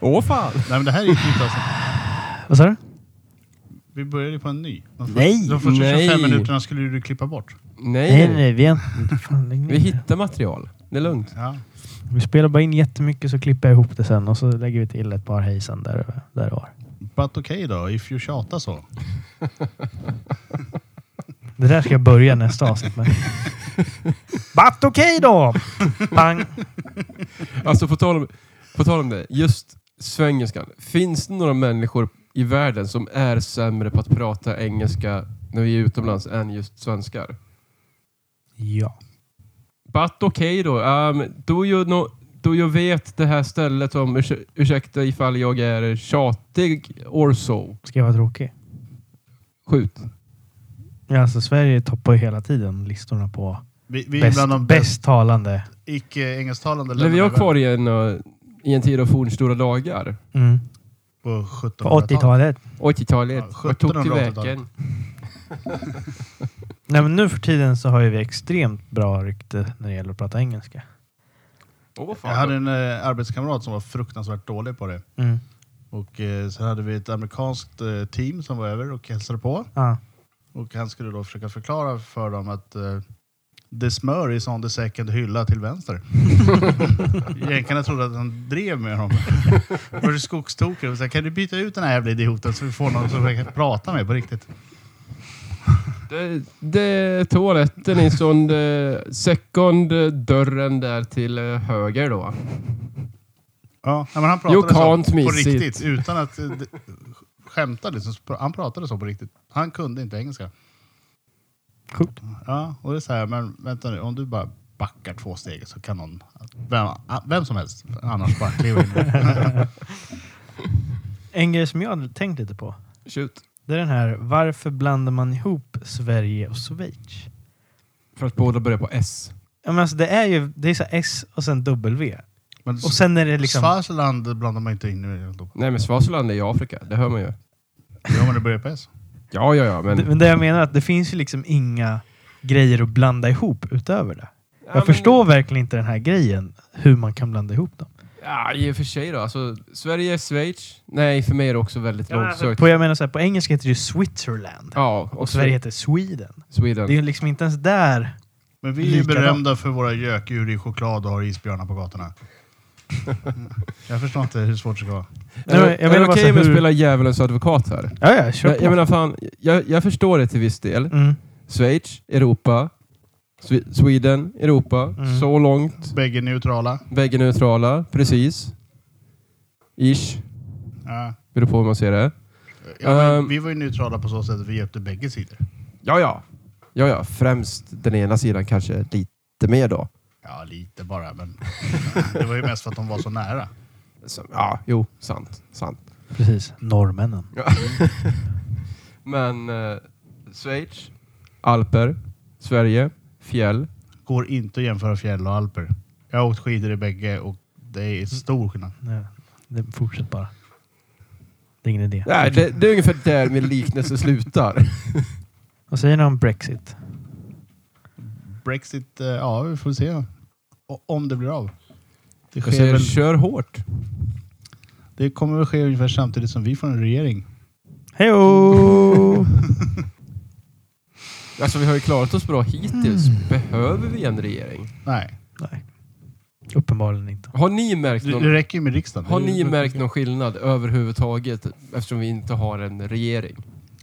Speaker 2: Åh fan!
Speaker 3: Nej, men det här är ju ett nytt avsnitt.
Speaker 1: Vad sa du?
Speaker 3: Vi började ju på en ny. De för-
Speaker 1: Nej.
Speaker 3: De första 25
Speaker 2: Nej.
Speaker 3: minuterna skulle du klippa bort.
Speaker 1: Nej,
Speaker 2: Nej,
Speaker 1: nej, vi har inte... Fan, lägg ner.
Speaker 2: vi hittar material. Det är lugnt.
Speaker 3: Ja.
Speaker 1: Vi spelar bara in jättemycket så klipper jag ihop det sen och så lägger vi till ett par hejsan där och där och var.
Speaker 3: But okej då, if you tjatar så.
Speaker 1: Det där ska jag börja nästa avsnitt med. Batt okej då! Bang!
Speaker 2: Alltså på tal, om, på tal om det, just svengelskan. Finns det några människor i världen som är sämre på att prata engelska när vi är utomlands än just svenskar?
Speaker 1: Ja.
Speaker 2: But okej då. Um, då, ju no, då jag vet det här stället om ursä, ursäkta ifall jag är tjatig or so.
Speaker 1: Ska jag vara tråkig?
Speaker 2: Skjut.
Speaker 1: Ja, alltså Sverige toppar ju hela tiden listorna på
Speaker 3: Vi, vi är
Speaker 1: bäst,
Speaker 3: bland de bäst
Speaker 1: bäst talande.
Speaker 3: icke-engelsktalande
Speaker 2: Lever
Speaker 3: i
Speaker 2: jag
Speaker 3: världen
Speaker 2: kvar i en, uh, i en tid av fornstora dagar?
Speaker 1: Mm.
Speaker 3: på
Speaker 1: På
Speaker 3: 1700-talet.
Speaker 1: 80-talet.
Speaker 2: 80-talet.
Speaker 3: Ja,
Speaker 2: Vart tog
Speaker 3: 1700-talet.
Speaker 2: vägen?
Speaker 1: Nej, men nu för tiden så har ju vi extremt bra rykte när det gäller att prata engelska.
Speaker 2: Åh, fan.
Speaker 3: Jag hade en eh, arbetskamrat som var fruktansvärt dålig på det.
Speaker 1: Mm.
Speaker 3: Och eh, sen hade vi ett amerikanskt eh, team som var över och hälsade på.
Speaker 1: Ja.
Speaker 3: Och han skulle då försöka förklara för dem att eh, the smör is on the second hylla till vänster. Jänkarna trodde att han drev med dem. Var det skogstoker? Och så här, Kan du byta ut den här jävla idioten så vi får någon som jag kan prata med på riktigt?
Speaker 2: Det, det, toaletten är sån eh, second eh, dörren där till eh, höger då.
Speaker 3: Ja, nej, men han
Speaker 2: You
Speaker 3: pratade
Speaker 2: can't
Speaker 3: så på
Speaker 2: miss it.
Speaker 3: riktigt utan att eh, d- skämta. Liksom. Så pr- Han pratade så på riktigt. Han kunde inte engelska.
Speaker 1: Sjukt.
Speaker 3: Ja, och det är så här, men vänta nu, om du bara backar två steg så kan någon, vem, ah, vem som helst, annars bara kliva in.
Speaker 1: En grej som jag hade tänkt lite på.
Speaker 2: Shoot.
Speaker 1: Det är den här, varför blandar man ihop Sverige och Schweiz?
Speaker 2: För att båda börjar på S.
Speaker 1: Ja, men alltså det är ju det är så här S och sen W.
Speaker 3: Men
Speaker 1: Och sen är det liksom...
Speaker 3: Swaziland blandar man inte in i då.
Speaker 2: Nej men Swaziland är i Afrika, det hör man ju.
Speaker 3: Ja, men det börjar på S.
Speaker 2: Ja, ja, ja. Men,
Speaker 1: Men det jag menar är att det finns ju liksom inga grejer att blanda ihop utöver det.
Speaker 2: ja,
Speaker 1: Jag förstår verkligen inte den här grejen, hur man kan blanda ihop dem.
Speaker 2: Ja, i och för sig då. Alltså, Sverige, Schweiz. Nej, för mig är det också väldigt långsökt.
Speaker 1: På, jag menar så här, på engelska heter det ju Switzerland.
Speaker 2: Ja, och
Speaker 1: Och Sverige heter Sweden.
Speaker 2: Sweden.
Speaker 1: Det är ju liksom inte ens där.
Speaker 3: Men vi är ju
Speaker 1: Likadant.
Speaker 3: berömda för våra gökur i choklad och har isbjörnar på gatorna. Jag förstår inte hur svårt det ska vara.
Speaker 2: Är
Speaker 1: Nej,
Speaker 2: det-
Speaker 1: men jag
Speaker 2: är
Speaker 1: menar
Speaker 2: det
Speaker 1: bara
Speaker 2: okej
Speaker 1: så här,
Speaker 2: med att
Speaker 1: hur-
Speaker 2: spela djävulens advokat här?
Speaker 1: Ja, ja, kör
Speaker 2: Jag,
Speaker 1: på.
Speaker 2: jag menar fan, jag, jag förstår det till viss del.
Speaker 1: mm.
Speaker 2: Schweiz, Europa. Swe- Sweden, Europa.
Speaker 1: Mm.
Speaker 2: Så långt.
Speaker 3: Bägge neutrala.
Speaker 2: Bägge neutrala, precis. Ish,
Speaker 3: Ja.
Speaker 2: beror på hur man ser det.
Speaker 3: Ja, men
Speaker 2: Ehm.
Speaker 3: vi var ju neutrala på så sätt att vi hjälpte bägge sidor.
Speaker 2: Ja, ja. Ja, ja. Främst den ena sidan kanske lite mer då.
Speaker 3: Ja, lite bara, men det var ju mest för att de var så nära.
Speaker 2: Så, ja, jo, sant. sant.
Speaker 1: Precis. Norrmännen.
Speaker 2: Men eh, Schweiz, Alper, Sverige, fjäll.
Speaker 3: Går inte att jämföra fjäll och alper. Jag har åkt skidor i bägge och det
Speaker 2: Mm.
Speaker 3: är stor skillnad.
Speaker 1: Ja. Det, fortsätt bara. Det är ingen idé.
Speaker 2: Nej, det, det är ungefär där min liknelse slutar.
Speaker 1: Vad säger ni om Brexit?
Speaker 3: Brexit, eh, ja, vi får se O- om det blir av. Det,
Speaker 2: Jag
Speaker 3: sker
Speaker 2: säger,
Speaker 3: väl,
Speaker 2: kör hårt.
Speaker 3: det kommer väl ske ungefär samtidigt som vi får en regering.
Speaker 1: Hejo!
Speaker 2: Alltså, vi har ju klarat oss bra hittills. Behöver vi en regering?
Speaker 3: Nej,
Speaker 1: Nej. Uppenbarligen inte.
Speaker 2: Har ni märkt
Speaker 3: det,
Speaker 2: någon...
Speaker 3: det räcker ju med riksdagen.
Speaker 2: Har
Speaker 3: Det är
Speaker 2: ni
Speaker 3: ju-
Speaker 2: märkt någon skillnad överhuvudtaget eftersom vi inte har en regering?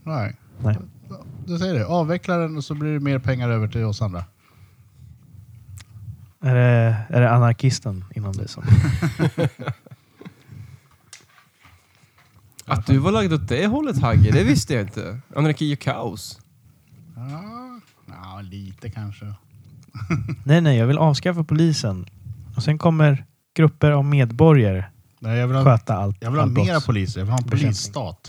Speaker 3: Nej.
Speaker 1: Nej.
Speaker 3: Du säger det, avveckla den och så blir det mer pengar över till oss andra.
Speaker 1: Är det, är det anarkisten inom dig som...
Speaker 2: Att du var lagd åt det hållet Hagge, det visste jag inte. Anarki och kaos.
Speaker 3: Ja, ja lite kanske.
Speaker 1: Nej, nej, jag vill avskaffa polisen. Och sen kommer grupper av medborgare
Speaker 3: Nej, jag vill ha,
Speaker 1: sköta allt.
Speaker 3: jag vill ha
Speaker 1: all
Speaker 3: mera
Speaker 1: brotts-
Speaker 3: poliser. Jag vill ha en
Speaker 1: Bekämpning.
Speaker 3: polisstat.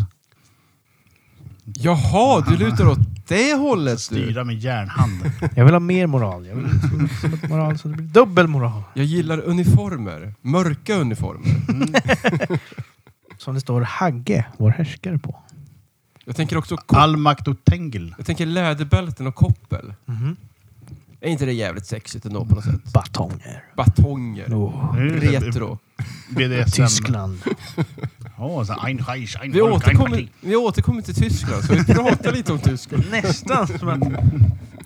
Speaker 2: Jaha, du lutar åt det hållet du.
Speaker 3: Styra med järnhand.
Speaker 1: Jag vill ha mer moral. Jag vill ha som ett moral så det blir dubbel moral.
Speaker 2: Jag gillar uniformer. Mörka uniformer.
Speaker 1: Som det står Hagge, vår härskare, på.
Speaker 2: Jag tänker också ko-
Speaker 3: All makt åt Tengil.
Speaker 2: jag tänker läderbälten och koppel.
Speaker 1: Mhm.
Speaker 2: Är inte det jävligt sexigt ändå på något sätt?
Speaker 1: Batonger.
Speaker 2: Batonger.
Speaker 1: Åh,
Speaker 3: Nu är Oh. det
Speaker 2: Retro.
Speaker 3: BDSM.
Speaker 1: Tyskland.
Speaker 3: Åh, så ein Reich, ein
Speaker 2: Vi
Speaker 3: Volk, ein
Speaker 2: återkommer,
Speaker 3: Parti.
Speaker 2: vi återkommer till Tyskland, så vi pratar lite om Tyskland.
Speaker 1: Nästan som att,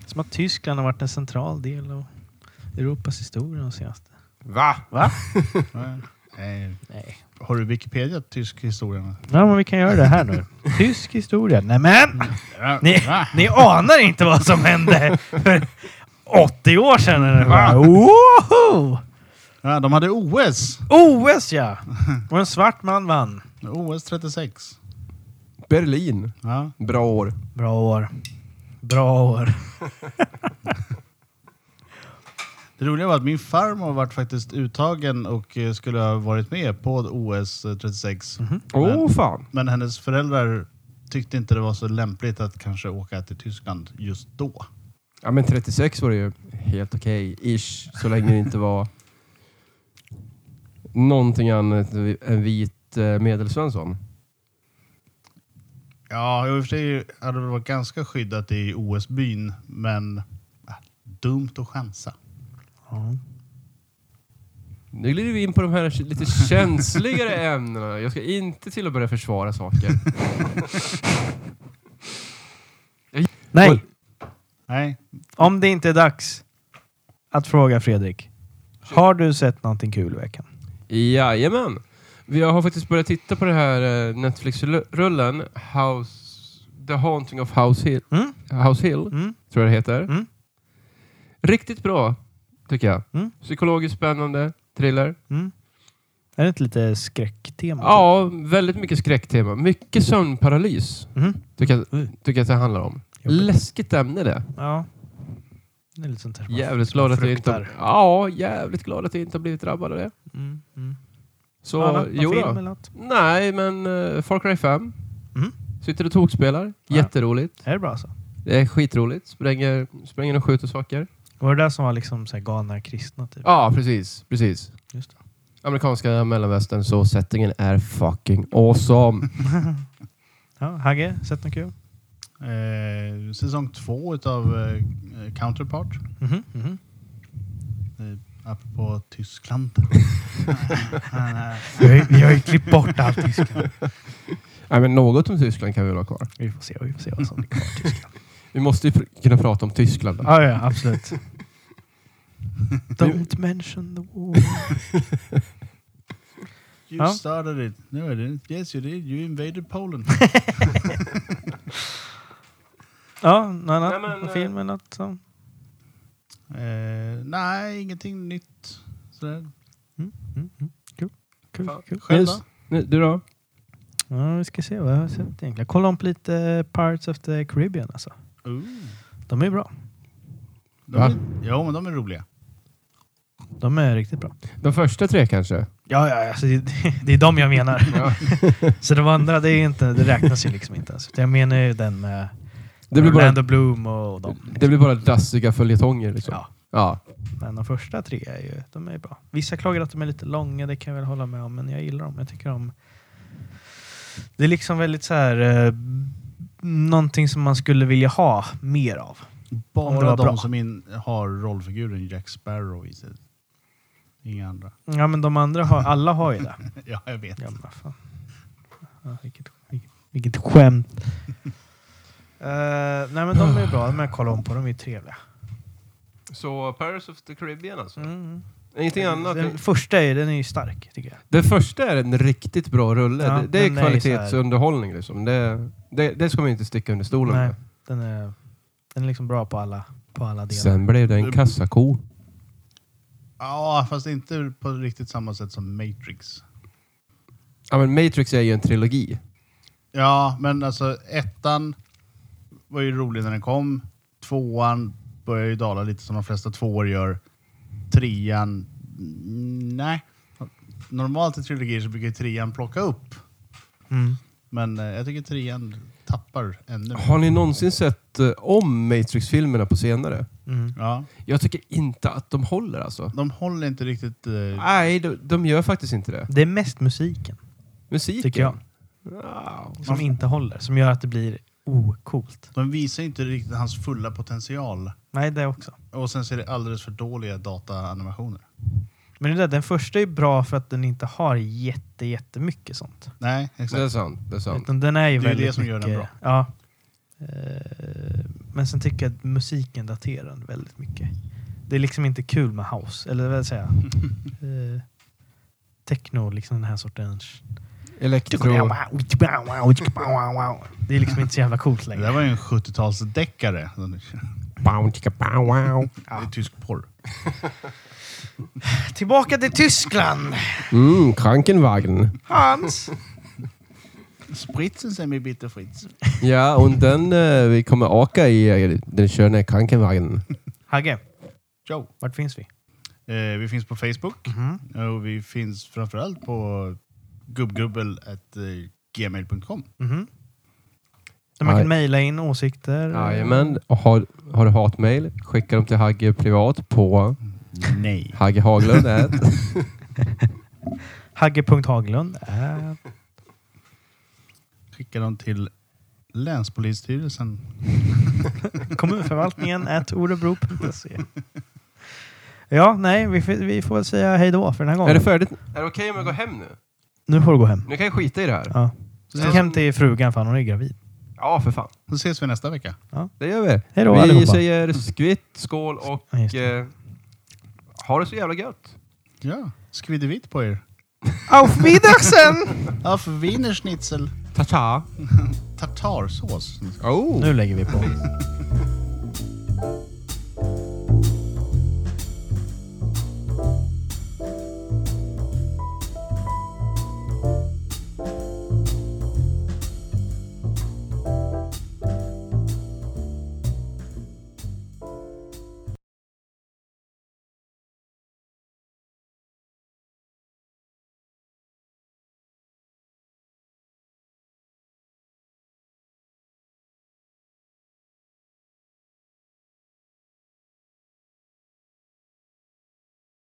Speaker 1: som att Tyskland har varit en central del av Europas historia de senaste.
Speaker 2: Va?
Speaker 1: Va?
Speaker 3: Eh,
Speaker 1: Nej.
Speaker 3: Har du Wikipedia tysk historia?
Speaker 1: Ja, men vi kan göra det här nu. Tysk historia. Nej men!
Speaker 3: Ja,
Speaker 1: Ni,
Speaker 3: va?
Speaker 1: ni anar inte vad som hände för 80 år sedan. Eller vad? Woho!
Speaker 3: Ja, de hade OS.
Speaker 1: OS ja! Och en svart man vann.
Speaker 3: OS 36.
Speaker 2: Berlin.
Speaker 3: Ja.
Speaker 2: Bra år.
Speaker 1: Bra år. Bra år.
Speaker 3: Det roliga var att min farmor vart faktiskt uttagen och eh, skulle ha varit med på OS 36.
Speaker 2: Åh fan.
Speaker 3: Men hennes föräldrar tyckte inte det var så lämpligt att kanske åka till Tyskland just då.
Speaker 2: Ja men 36 var det ju helt okej, ish. Så länge det inte var någonting annat än vit eh, medelsvensson.
Speaker 3: Ja, i och för sig hade det varit ganska skyddat i OS-byn, men ah, dumt att chansa.
Speaker 1: Ja.
Speaker 2: Nu glider vi in på de här lite känsligare ämnena. Jag ska inte till och börja försvara saker.
Speaker 1: Nej,
Speaker 3: Nej,
Speaker 1: om det inte är dags att fråga Fredrik. Har du sett någonting kul i veckan?
Speaker 2: Jajamän. Vi har faktiskt börjat titta på det här eh, Netflix-rullen House... The Haunting of House Hill,
Speaker 1: Mm?
Speaker 2: House Hill
Speaker 1: Mm?
Speaker 2: tror jag det heter.
Speaker 1: Mm.
Speaker 2: Riktigt bra, tycker jag.
Speaker 1: Mm.
Speaker 2: Psykologiskt spännande, thriller.
Speaker 1: Mm? Är det inte lite skräcktema?
Speaker 2: Ja, väldigt mycket skräcktema. Mycket sömnparalys,
Speaker 1: Mm?
Speaker 2: tycker jag,
Speaker 1: Mm.
Speaker 2: tycker jag att det handlar om.
Speaker 1: Jobbigt.
Speaker 2: Läskigt ämne det.
Speaker 1: Ja. Det är lite sånt där. som man-
Speaker 2: Jävligt glad att jag inte...
Speaker 1: fruktar.
Speaker 2: Ja, jävligt glad att jag inte har blivit drabbad av det.
Speaker 1: Mm, mm.
Speaker 2: Så,
Speaker 1: Har han någon
Speaker 2: jo då.
Speaker 1: film eller något?
Speaker 2: Nej, men eh, Far Cry 5.
Speaker 1: Mm.
Speaker 2: Sitter och tokspelar.
Speaker 1: Ja.
Speaker 2: Jätteroligt.
Speaker 1: Är det bra alltså?
Speaker 2: Det är skitroligt. Spränger, spränger och skjuter saker.
Speaker 1: Var det där som var liksom så här galna kristna typ?
Speaker 2: Ja, precis. precis.
Speaker 1: Just det.
Speaker 2: Amerikanska mellanvästern, så settingen är fucking awesome.
Speaker 1: Ja, Hagge, sett något kul?
Speaker 3: eh, säsong två utav eh, Counterpart,
Speaker 1: Mhm, mhm.
Speaker 3: apropå Tyskland. eh,
Speaker 1: Vi har ju- Vi har ju klippt bort allt Tyskland.
Speaker 2: Nej, men något om Tyskland kan vi väl ha kvar.
Speaker 1: Vi får se, vi får se vad som blir kvar i Tyskland.
Speaker 2: Vi måste ju pr- kunna prata om Tyskland.
Speaker 1: Ja, ja, absolut. Don't mention the war.
Speaker 3: You
Speaker 1: Ja.
Speaker 3: started it. No, I didn't. Yes, you did. You invaded Poland.
Speaker 1: Ja, något annat?
Speaker 2: Nej, men,
Speaker 1: Någon
Speaker 2: eh,
Speaker 1: film eller något som...
Speaker 3: eh, nej, ingenting nytt. Sådär.
Speaker 1: Mm, mm, mm. Kul, kul,
Speaker 2: Fan.
Speaker 1: kul.
Speaker 3: Själv
Speaker 2: Yes.
Speaker 3: då?
Speaker 2: Nu, du då?
Speaker 1: Ja, vi ska se vad jag har sett egentligen. Jag kollade om på lite Pirates of the Caribbean alltså.
Speaker 3: Ooh.
Speaker 1: De är bra.
Speaker 3: De
Speaker 2: Va?
Speaker 3: är, jo, men de är roliga.
Speaker 1: De är riktigt bra.
Speaker 2: De första tre kanske?
Speaker 1: Ja, ja, alltså det, det är de jag menar. Så de andra, det, är inte, det räknas ju liksom inte ens. Utan Jag menar ju den med
Speaker 2: Det blir, bara,
Speaker 1: Orlando Bloom och dem.
Speaker 2: det blir bara dassiga följetonger liksom.
Speaker 1: Ja.
Speaker 2: ja.
Speaker 1: Men de första tre är ju de är bra. Vissa klagar att de är lite långa, det kan jag väl hålla med om, men jag gillar dem. Jag tycker om... Det är liksom väldigt så här... Eh, någonting som man skulle vilja ha mer av. Om det
Speaker 3: Bara
Speaker 1: var
Speaker 3: de
Speaker 1: bra.
Speaker 3: som in, har rollfiguren Jack Sparrow i sig. Inga andra.
Speaker 1: Ja, men de andra har... Alla har ju det.
Speaker 3: ja, jag vet.
Speaker 1: Ja, men vad fan. Ja, vilket, vilket, vilket skämt. Eh, nej, men de är bra. De här kollar om på, de är trevliga.
Speaker 2: Så Paris of the Caribbean alltså?
Speaker 1: Mm.
Speaker 2: Ingenting annat?
Speaker 1: Den första är, den är ju stark, tycker jag.
Speaker 2: Den första är en riktigt bra rulle.
Speaker 1: Ja,
Speaker 2: det, det är
Speaker 1: den är ju
Speaker 2: kvalitetsunderhållning. liksom. det, det, det ska man ju inte sticka under stolen
Speaker 1: Nej,
Speaker 2: med.
Speaker 1: den är, den är liksom bra på alla, på alla delar.
Speaker 2: Sen blev det en kassako.
Speaker 3: Ja, fast inte på riktigt samma sätt som Matrix.
Speaker 2: Ja, men Matrix är ju en trilogi.
Speaker 3: Ja, men alltså ettan var ju rolig när den kom. Tvåan börjar ju dala lite som de flesta tvåor gör. Trean, mm, nej. normalt i trilogier så brukar ju trean plocka upp.
Speaker 1: Mm.
Speaker 3: Men eh, jag tycker trean tappar ännu.
Speaker 2: Har ni någonsin sett eh, om Matrix-filmerna på senare?
Speaker 1: Mm.
Speaker 3: Ja,
Speaker 2: Jag tycker inte att de håller alltså.
Speaker 3: de håller inte riktigt... Eh,
Speaker 2: Nej, de, de gör faktiskt inte det.
Speaker 1: Det är mest musiken
Speaker 2: Musiken.
Speaker 1: Tycker jag.
Speaker 2: Wow.
Speaker 1: som inte håller, som gör att det blir ocoolt.
Speaker 3: de visar ju inte riktigt hans fulla potential.
Speaker 1: Nej, det också.
Speaker 3: Och sen så är det alldeles för dåliga dataanimationer.
Speaker 1: Men det där, den första är bra för att den inte har jätte, jättemycket sånt.
Speaker 3: Nej,
Speaker 2: Det är
Speaker 3: exakt.
Speaker 2: sant. Det är sant.
Speaker 1: Utan den är ju
Speaker 3: Det är ju
Speaker 1: väldigt
Speaker 3: det som gör den
Speaker 1: mycket- Ja. Eh, Men sen tycker jag att musiken daterar den väldigt mycket. Det är liksom inte kul med house, eller vad säger jag? Eh, Techno, liksom den här sortens...
Speaker 2: Elektro.
Speaker 1: Det är liksom inte så jävla coolt
Speaker 3: Det där
Speaker 1: längre.
Speaker 3: var ju en 70-talsdeckare.
Speaker 2: Bow, chicka, bow, wow.
Speaker 3: Det är tysk porr.
Speaker 1: Tillbaka till Tyskland!
Speaker 2: Mm, Krankenwagen.
Speaker 1: Hans!
Speaker 3: Spritzen säger mig bitte Fritz.
Speaker 2: Ja, och den eh, vi kommer åka i eh, den sköna Krankenwagen.
Speaker 1: Hagge,
Speaker 3: Ciao.
Speaker 1: vart finns vi?
Speaker 3: Eh, vi finns på Facebook
Speaker 2: Mhm.
Speaker 3: eh, och vi finns framförallt på eh, gubbgubbel.gmail.com.
Speaker 1: Mhm. Där man kan
Speaker 2: Aj.
Speaker 1: mejla in åsikter.
Speaker 2: Jajamän. Och har, har du hatmejl, skicka dem till Hagge privat på
Speaker 3: Nej.
Speaker 2: Hagge Haglund. at-
Speaker 1: Hagge.haglund. Äh,
Speaker 3: Skicka dem till Länspolisstyrelsen.
Speaker 1: kommunförvaltningen at orebro.se. Ja, nej, vi, får- vi får väl säga hej då för den här
Speaker 2: är
Speaker 1: gången.
Speaker 2: det färdigt? Är det okej om jag går hem nu?
Speaker 1: Nu får du gå hem.
Speaker 2: Nu kan jag skita i det här.
Speaker 1: Ja.
Speaker 3: Så
Speaker 1: Stick
Speaker 3: ses,
Speaker 1: hem till frugan, fan hon är gravid.
Speaker 2: Ja, för fan.
Speaker 3: så ses vi nästa vecka.
Speaker 2: Det gör vi.
Speaker 1: Hej då,
Speaker 2: vi
Speaker 1: allihopa.
Speaker 2: säger skvitt, skål och
Speaker 1: Ja, just det.
Speaker 2: eh, ha det så jävla gött.
Speaker 3: Ja, skvidevitt på er.
Speaker 1: Auf Wiedersehen!
Speaker 3: Auf Wienerschnitzel.
Speaker 2: Ta-ta.
Speaker 3: Tartarsås.
Speaker 2: Oh.
Speaker 1: Nu lägger vi på.